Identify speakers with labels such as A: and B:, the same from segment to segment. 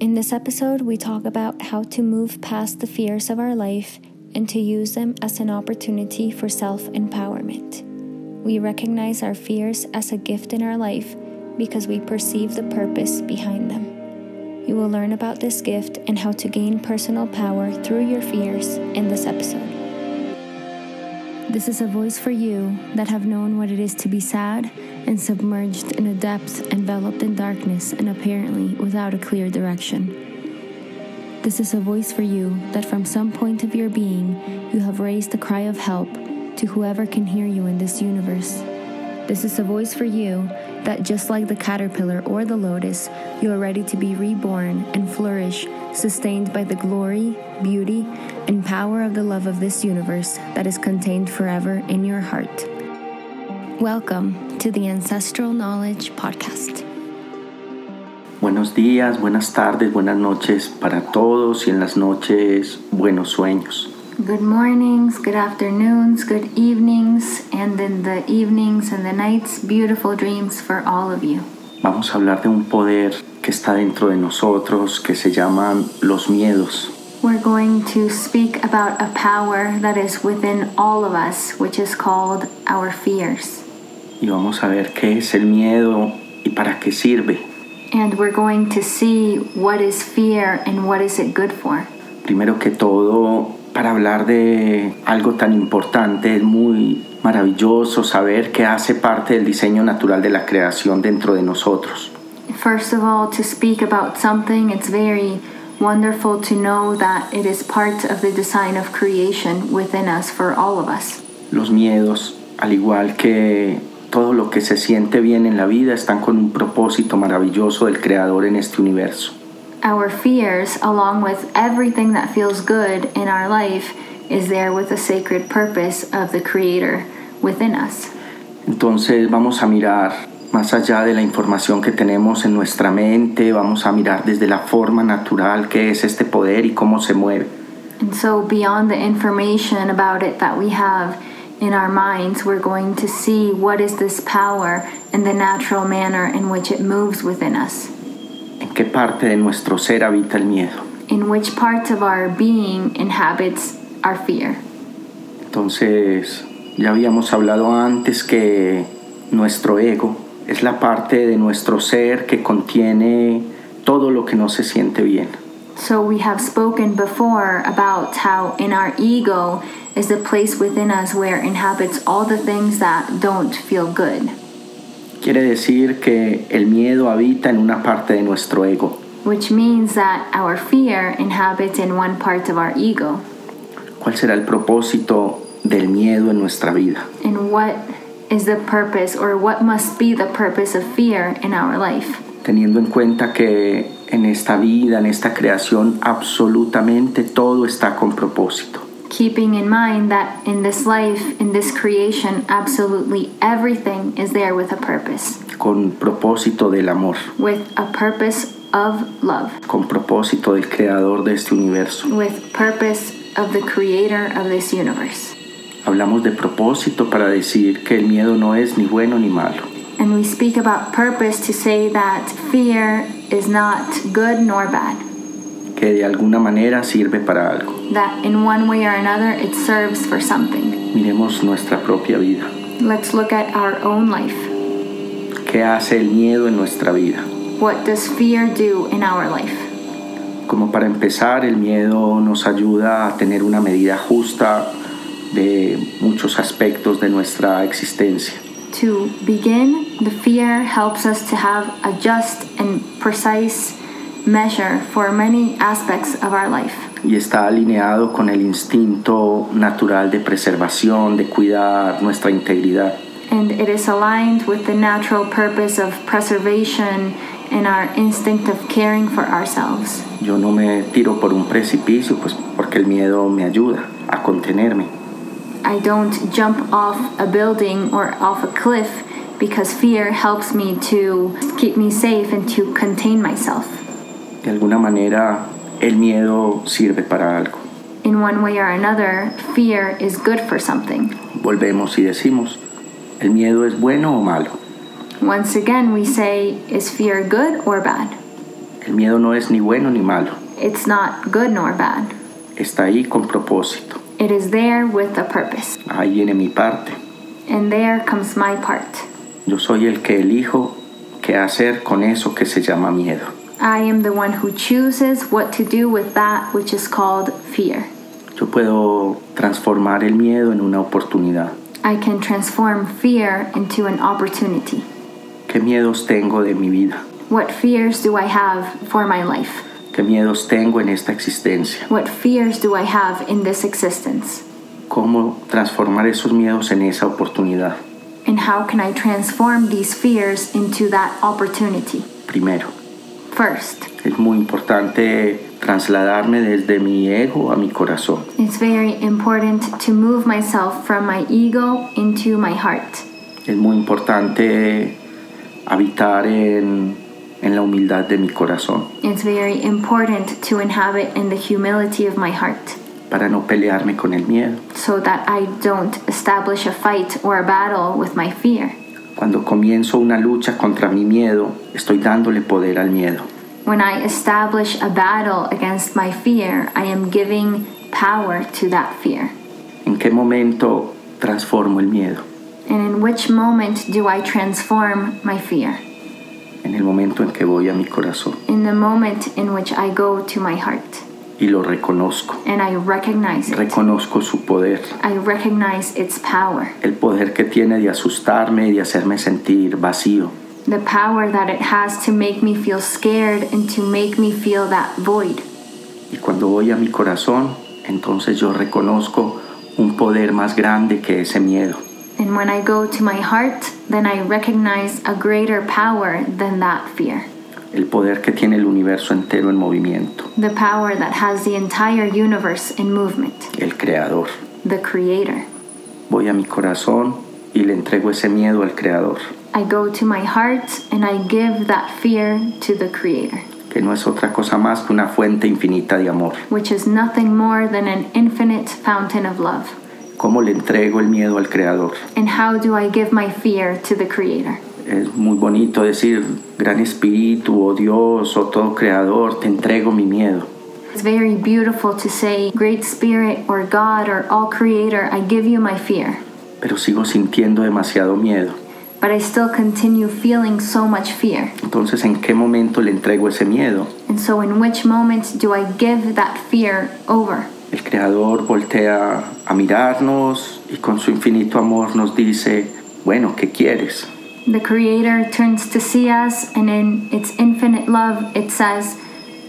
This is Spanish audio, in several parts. A: In this episode, we talk about how to move past the fears of our life and to use them as an opportunity for self empowerment. We recognize our fears as a gift in our life because we perceive the purpose behind them. You will learn about this gift and how to gain personal power through your fears in this episode. This is a voice for you that have known what it is to be sad and submerged in a depth enveloped in darkness and apparently without a clear direction. This is a voice for you that from some point of your being you have raised the cry of help to whoever can hear you in this universe. This is a voice for you that just like the caterpillar or the lotus, you are ready to be reborn and flourish, sustained by the glory, beauty, and power of the love of this universe that is contained forever in your heart. Welcome to the Ancestral Knowledge Podcast.
B: Buenos días, buenas tardes, buenas noches para todos y en las noches buenos sueños.
A: Good mornings, good afternoons, good evenings, and in the evenings and the nights, beautiful dreams for all of you.
B: Vamos a hablar de un poder que está dentro de nosotros que se llaman los miedos.
A: We're going to speak about a power that is within all of us, which is called our fears.
B: Y vamos a ver qué es el miedo y para qué sirve.
A: And we're going to see what is fear and what is it good for.
B: Primero que todo, para hablar de algo tan importante, es muy maravilloso saber que hace parte del diseño natural de la creación dentro de nosotros.
A: First of all, to speak about something, it's very wonderful to know that it is part of the design of creation within us for all of us.
B: Los miedos, al igual que todo lo que se siente bien en la vida, están con un propósito maravilloso del creador en este universo.
A: Our fears, along with everything that feels good in our life, is there with a sacred purpose of the creator within us.
B: Entonces vamos a mirar más allá de la información que tenemos en nuestra mente, vamos a mirar desde la forma natural que es este poder y cómo se mueve.
A: And so beyond the information about it that we have in our minds, we're going to see what is this power and the natural manner in which it moves within us.
B: ¿En qué parte de nuestro ser habita el miedo?
A: In which parts of our being inhabits our fear.
B: Entonces, ya habíamos hablado antes que nuestro ego es la parte de nuestro ser que contiene todo lo que no se siente bien.
A: So we have spoken before about how in our ego is the place within us where inhabits all the things that don't feel good.
B: Quiere decir que el miedo habita en una parte de nuestro ego.
A: Which means that our fear inhabits in one part of our ego.
B: ¿Cuál será el propósito del miedo en nuestra vida?
A: And what is the purpose or what must be the purpose of fear in our life.
B: Teniendo en cuenta que en esta vida, en esta creación, absolutamente todo está con propósito.
A: Keeping in mind that in this life, in this creation, absolutely everything is there with a purpose.
B: Con propósito del amor.
A: With a purpose of love.
B: Con propósito del creador de este universo.
A: With purpose of the creator of this universe.
B: Hablamos de propósito para decir que el miedo no es ni bueno ni malo.
A: And we speak about purpose to say that fear is not good nor bad.
B: Que de alguna manera sirve para algo.
A: That in one way or another it serves for something.
B: Miremos nuestra propia vida.
A: Let's look at our own life.
B: ¿Qué hace el miedo en nuestra vida?
A: What does fear do in our life?
B: Como para empezar, el miedo nos ayuda a tener una medida justa de muchos aspectos de nuestra existencia.
A: To begin, the fear helps us to have a just and precise measure for many aspects of our life.
B: Y está alineado con el instinto natural de preservación, de cuidar nuestra integridad.
A: And it is aligned with the natural purpose of preservation and our instinct of caring for ourselves.
B: Yo no me tiro por un precipicio, pues porque el miedo me ayuda a contenerme.
A: I don't jump off a building or off a cliff because fear helps me to keep me safe and to contain myself.
B: De alguna manera, el miedo sirve para algo.
A: In one way or another, fear is good for something.
B: Volvemos y decimos, ¿el miedo es bueno o malo?
A: Once again, we say, is fear good or bad?
B: El miedo no es ni bueno ni malo.
A: It's not good nor bad.
B: Está ahí con propósito.
A: It is there with a purpose.
B: Ahí viene mi parte.
A: And there comes my part.
B: Yo soy el que elijo qué hacer con eso que se llama miedo.
A: I am the one who chooses what to do with that which is called fear.
B: Yo puedo transformar el miedo en una oportunidad.
A: I can transform fear into an opportunity.
B: ¿Qué miedos tengo de mi vida?
A: What fears do I have for my life?
B: ¿Qué miedos tengo en esta existencia?
A: What fears do I have in this existence?
B: ¿Cómo transformar esos miedos en esa oportunidad?
A: And how can I transform these fears into that opportunity?
B: Primero,
A: First,
B: es muy importante trasladarme desde mi ego a mi corazón.
A: it's very important to move myself from my ego into my heart.
B: Es muy importante habitar en, en la humildad de mi corazón
A: It's very important to inhabit in the humility of my heart
B: para no pelearme con el miedo.
A: so that I don't establish a fight or a battle with my fear.
B: Cuando comienzo una lucha contra mi miedo, estoy dándole poder al miedo.
A: When I establish a battle against my fear, I am giving power to that fear.
B: ¿En qué momento transformo el miedo?
A: And in which moment do I transform my fear?
B: En el momento en que voy a mi corazón
A: In the moment in which I go to my heart
B: y lo reconozco.
A: and I recognize it.
B: Reconozco su poder,
A: I recognize its power,
B: el poder que tiene de asustarme y de hacerme sentir vacío.
A: the power that it has to make me feel scared and to make me feel that void.
B: Y cuando voy a mi corazón, entonces yo reconozco un poder más grande que ese miedo.
A: And when I go to my heart, then I recognize a greater power than that fear.
B: el poder que tiene el universo entero en movimiento,
A: The power that has the entire universe in movement,
B: el creador.
A: the Creator.
B: Voy a mi corazón y le entrego ese miedo al creador,
A: I go to my heart and I give that fear to the Creator,
B: que no es otra cosa más que una fuente infinita de amor.
A: which is nothing more than an infinite fountain of love.
B: ¿Cómo le entrego el miedo al creador?
A: And how do I give my fear to the Creator?
B: Es muy bonito decir, gran espíritu, oh Dios, oh todo creador, te entrego mi miedo.
A: It's very beautiful to say, Great Spirit or God or All Creator, I give you my fear.
B: Pero sigo sintiendo demasiado miedo.
A: But I still continue feeling so much fear.
B: Entonces, ¿en qué momento le entrego ese miedo?
A: And so, in which moment do I give that fear over?
B: El creador voltea a mirarnos y con su infinito amor nos dice, bueno, ¿qué quieres?
A: The Creator turns to see us, and in its infinite love, it says,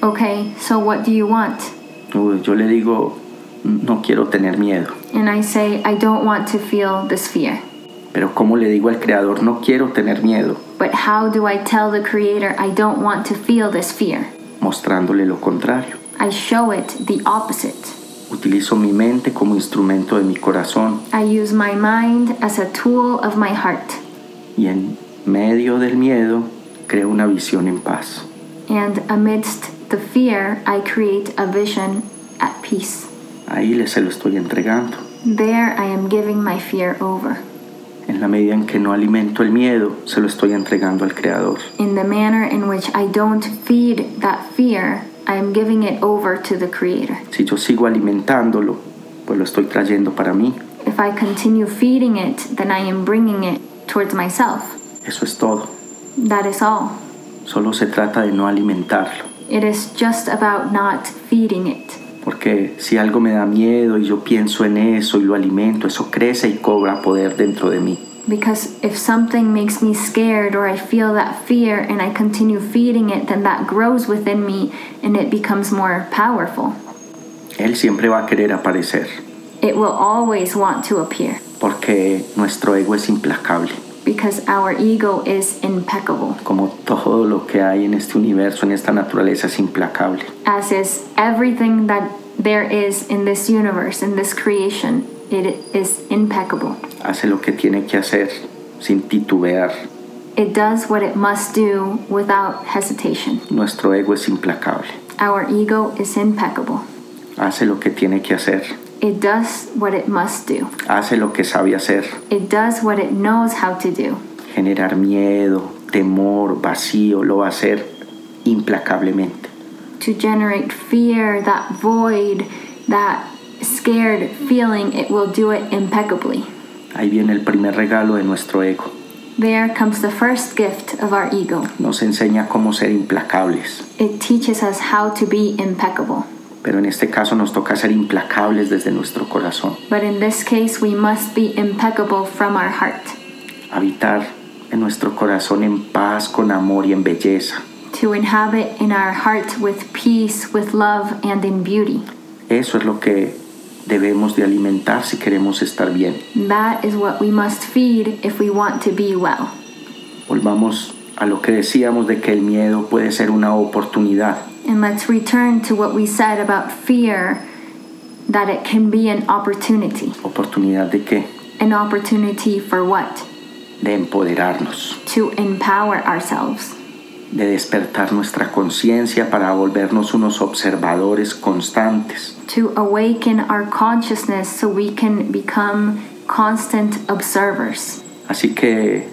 A: Okay, so what do you want?
B: Uy, Yo le digo, no quiero tener miedo.
A: And I say, I don't want to feel this fear.
B: Pero ¿cómo le digo al creador, no quiero tener miedo?
A: But how do I tell the Creator I don't want to feel this fear?
B: Mostrándole lo contrario.
A: I show it the opposite.
B: Utilizo mi mente como instrumento de mi corazón
A: I use my mind as a tool of my heart.
B: y en medio del miedo creo una visión en paz.
A: And amidst the fear, I create a vision at peace.
B: Ahí le se lo estoy entregando.
A: There, I am giving my fear over.
B: En la medida en que no alimento el miedo, se lo estoy entregando al creador.
A: In the manner in which I don't feed that fear, I am giving it over to the Creator.
B: Si yo sigo alimentándolo, pues lo estoy trayendo para mí.
A: If I continue feeding it, then I am bringing it towards myself.
B: Eso es todo.
A: That is all.
B: Solo se trata de no alimentarlo.
A: It is just about not feeding it.
B: Porque si algo me da miedo y yo pienso en eso y lo alimento, eso crece y cobra poder dentro de mí.
A: Because if something makes me scared or I feel that fear and I continue feeding it, then that grows within me and it becomes more powerful.
B: Él siempre va a querer aparecer,
A: It will always want to appear
B: porque nuestro ego es implacable,
A: because our ego is impeccable,
B: como todo lo que hay en este universo, en esta naturaleza es implacable.
A: as is everything that there is in this universe, in this creation. It is impeccable.
B: Hace lo que tiene que hacer sin titubear.
A: It does what it must do without hesitation.
B: Nuestro ego es implacable.
A: Our ego is impeccable.
B: Hace lo que tiene que hacer.
A: It does what it must do.
B: Hace lo que sabe hacer.
A: It does what it knows how to do.
B: Generar miedo, temor, vacío, lo va a hacer implacablemente.
A: to generate fear, that void, that scared feeling, it will do it impeccably.
B: Ahí viene el primer regalo de nuestro ego.
A: There comes the first gift of our ego.
B: Nos enseña cómo ser implacables.
A: It teaches us how to be impeccable.
B: Pero en este caso nos toca ser implacables desde nuestro corazón.
A: But in this case, we must be impeccable from our heart,
B: Habitar en nuestro corazón en paz, con amor y en belleza.
A: to inhabit in our heart with peace, with love, and in beauty.
B: Eso es lo que debemos de alimentar si queremos estar bien.
A: That is what we must feed if we want to be well.
B: Volvamos a lo que decíamos de que el miedo puede ser una oportunidad.
A: And let's return to what we said about fear that it can be an opportunity.
B: ¿Oportunidad de qué?
A: An opportunity for what?
B: De empoderarnos,
A: To empower ourselves,
B: de despertar nuestra conciencia para volvernos unos observadores constantes,
A: to awaken our consciousness so we can become constant observers.
B: Así que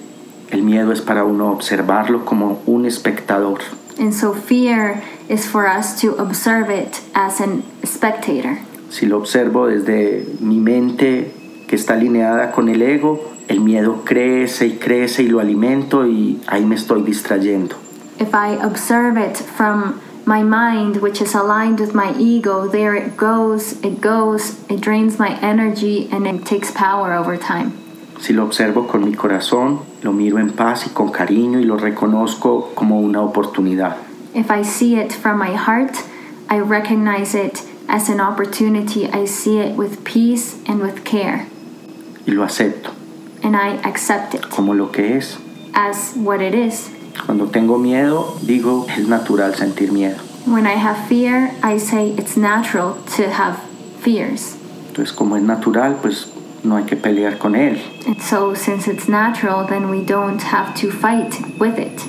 B: el miedo es para uno observarlo como un espectador.
A: And so fear is for us to observe it as an spectator.
B: Si lo observo desde mi mente que está alineada con el ego, el miedo crece y crece y lo alimento y ahí me estoy distrayendo.
A: If I observe it from my mind, which is aligned with my ego, there it goes, it goes, it drains my energy, and it takes power over time.
B: Si lo observo con mi corazón, lo miro en paz y con cariño y lo reconozco como una oportunidad.
A: If I see it from my heart, I recognize it as an opportunity. I see it with peace and with care,
B: y lo acepto
A: and I accept it
B: como lo que es.
A: as what it is.
B: Cuando tengo miedo, digo, es natural sentir miedo.
A: When I have fear, I say it's natural to have fears.
B: Entonces, como es natural, pues no hay que pelear con él.
A: And so, since it's natural, then we don't have to fight with it.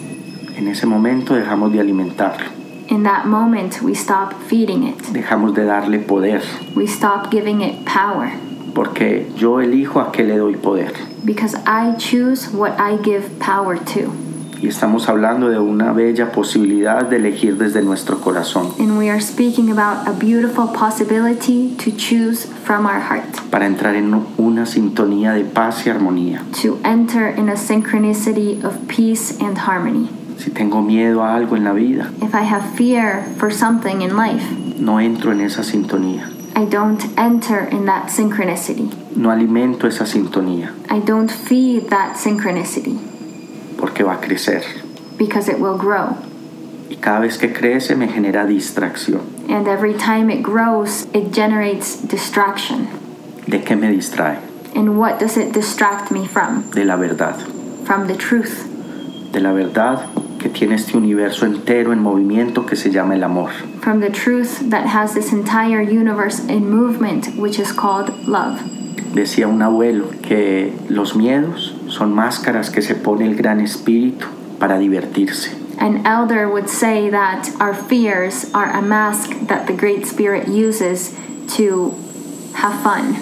B: En ese momento dejamos de alimentarlo,
A: In that moment, we stop feeding it,
B: dejamos de darle poder,
A: we stop giving it power
B: porque yo elijo a qué le doy poder.
A: because I choose what I give power to.
B: Y estamos hablando de una bella posibilidad de elegir desde nuestro corazón
A: and we are speaking about a beautiful possibility to choose from our heart,
B: para entrar en una sintonía de paz y armonía.
A: to enter in a synchronicity of peace and harmony.
B: Si tengo miedo a algo en la vida,
A: If I have fear for something in life,
B: no entro en esa sintonía,
A: I don't enter in that synchronicity.
B: no alimento esa sintonía,
A: I don't feed that synchronicity
B: porque va a crecer.
A: because it will grow.
B: y cada vez que crece me genera distracción.
A: And every time it grows, it generates distraction.
B: ¿De qué me distrae?
A: And what does it distract me from?
B: De la verdad.
A: From the truth.
B: De la verdad que tiene este universo entero en movimiento que se llama el amor.
A: From the truth that has this entire universe in movement, which is called love.
B: Decía un abuelo que los miedos son máscaras que se pone el gran espíritu para divertirse.
A: An elder would say that our fears are a mask that the Great Spirit uses to have fun.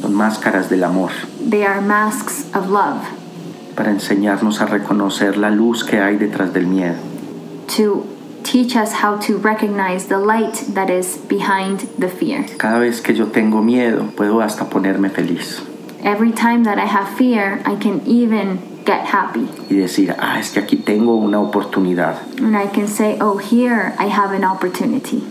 B: Son máscaras del amor
A: They are masks of love
B: para enseñarnos a reconocer la luz que hay detrás del miedo.
A: to teach us how to recognize the light that is behind the fear.
B: Cada vez que yo tengo miedo puedo hasta ponerme feliz
A: Every time that I have fear, I can even get happy.
B: y decir, ah, es que aquí tengo una oportunidad
A: And I can say, oh, here I have an opportunity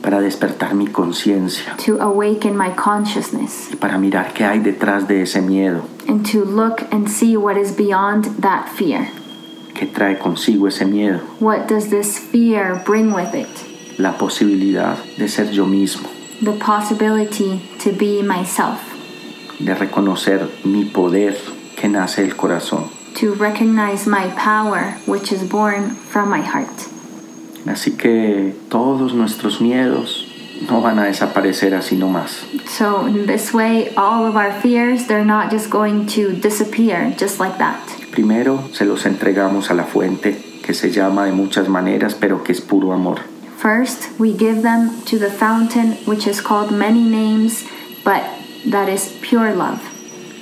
B: para despertar mi conciencia.
A: to awaken my consciousness
B: para mirar qué hay detrás de ese miedo,
A: and to look and see what is beyond that fear.
B: qué trae consigo ese miedo,
A: What does this fear bring with it?
B: la posibilidad de ser yo mismo,
A: the possibility to be myself,
B: de reconocer mi poder que nace del corazón.
A: to recognize my power, which is born from my heart.
B: Así que todos nuestros miedos no van a desaparecer así nomás.
A: So, in this way, all of our fears, they're not just going to disappear just like that.
B: Primero se los entregamos a la fuente que se llama de muchas maneras, pero que es puro amor.
A: First, we give them to the fountain, which is called many names, but that is pure love.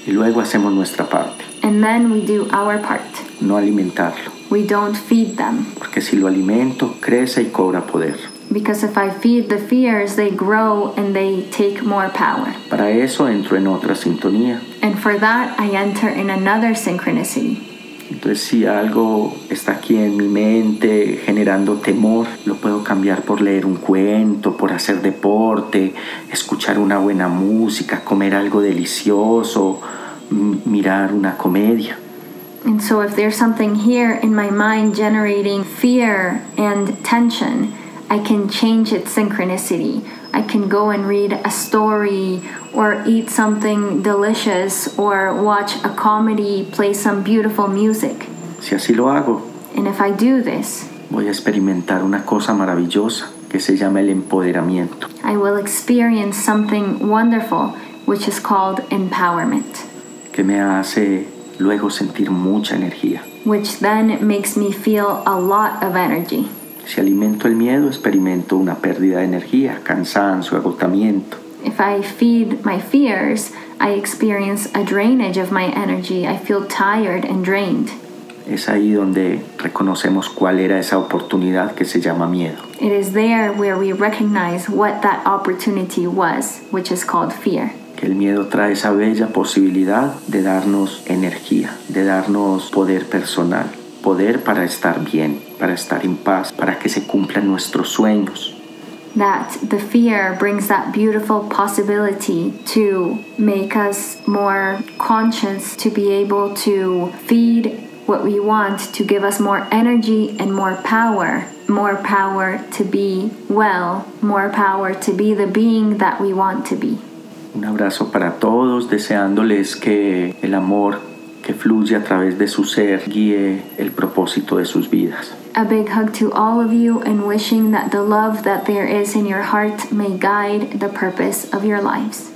B: Y luego hacemos nuestra parte,
A: And then we do our part
B: no alimentarlo,
A: we don't feed them.
B: porque si lo alimento, crece y cobra poder.
A: Because if I feed the fears, they grow and they take more power.
B: Para eso entro en otra sintonía.
A: And for that, I enter in another synchronicity.
B: Entonces si algo está aquí en mi mente generando temor, lo puedo cambiar por leer un cuento, por hacer deporte, escuchar una buena música, comer algo delicioso, m- mirar una comedia.
A: And so, if there's something here in my mind generating fear and tension, I can change its synchronicity. I can go and read a story or eat something delicious or watch a comedy, play some beautiful music.
B: Si así lo hago,
A: And if I do this,
B: voy a experimentar una cosa maravillosa que se llama el empoderamiento.
A: I will experience something wonderful, which is called empowerment,
B: que me hace luego sentir mucha energía.
A: which then makes me feel a lot of energy.
B: Si alimento el miedo, experimento una pérdida de energía, cansancio, agotamiento.
A: If I feed my fears, I experience a drainage of my energy. I feel tired and drained.
B: Es ahí donde reconocemos cuál era esa oportunidad que se llama miedo.
A: It is there where we recognize what that opportunity was, which is called fear.
B: Que el miedo trae esa bella posibilidad de darnos energía, de darnos poder personal, poder para estar bien, para estar en paz, para que se cumplan nuestros sueños.
A: That the fear brings that beautiful possibility to make us more conscious, to be able to feed what we want, to give us more energy and more power. More power to be well, more power to be the being that we want to be.
B: Un abrazo para todos, deseándoles que el amor que fluye a través de su ser guíe el propósito de sus vidas.
A: A big hug to all of you and wishing that the love that there is in your heart may guide the purpose of your lives.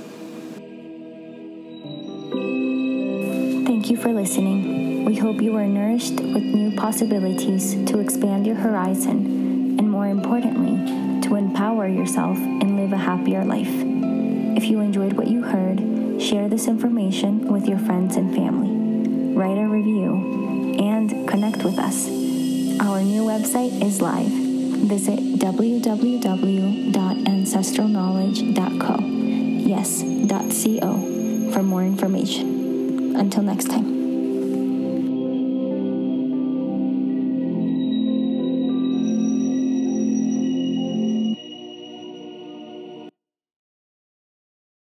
C: Thank you for listening. We hope you are nourished with new possibilities to expand your horizon and, more importantly, to empower yourself and live a happier life. If you enjoyed what you heard, share this information with your friends and family. Write a review and connect with us. Our new website is live. Visit www.ancestralknowledge.co. Yes, .co for more information. Until next time.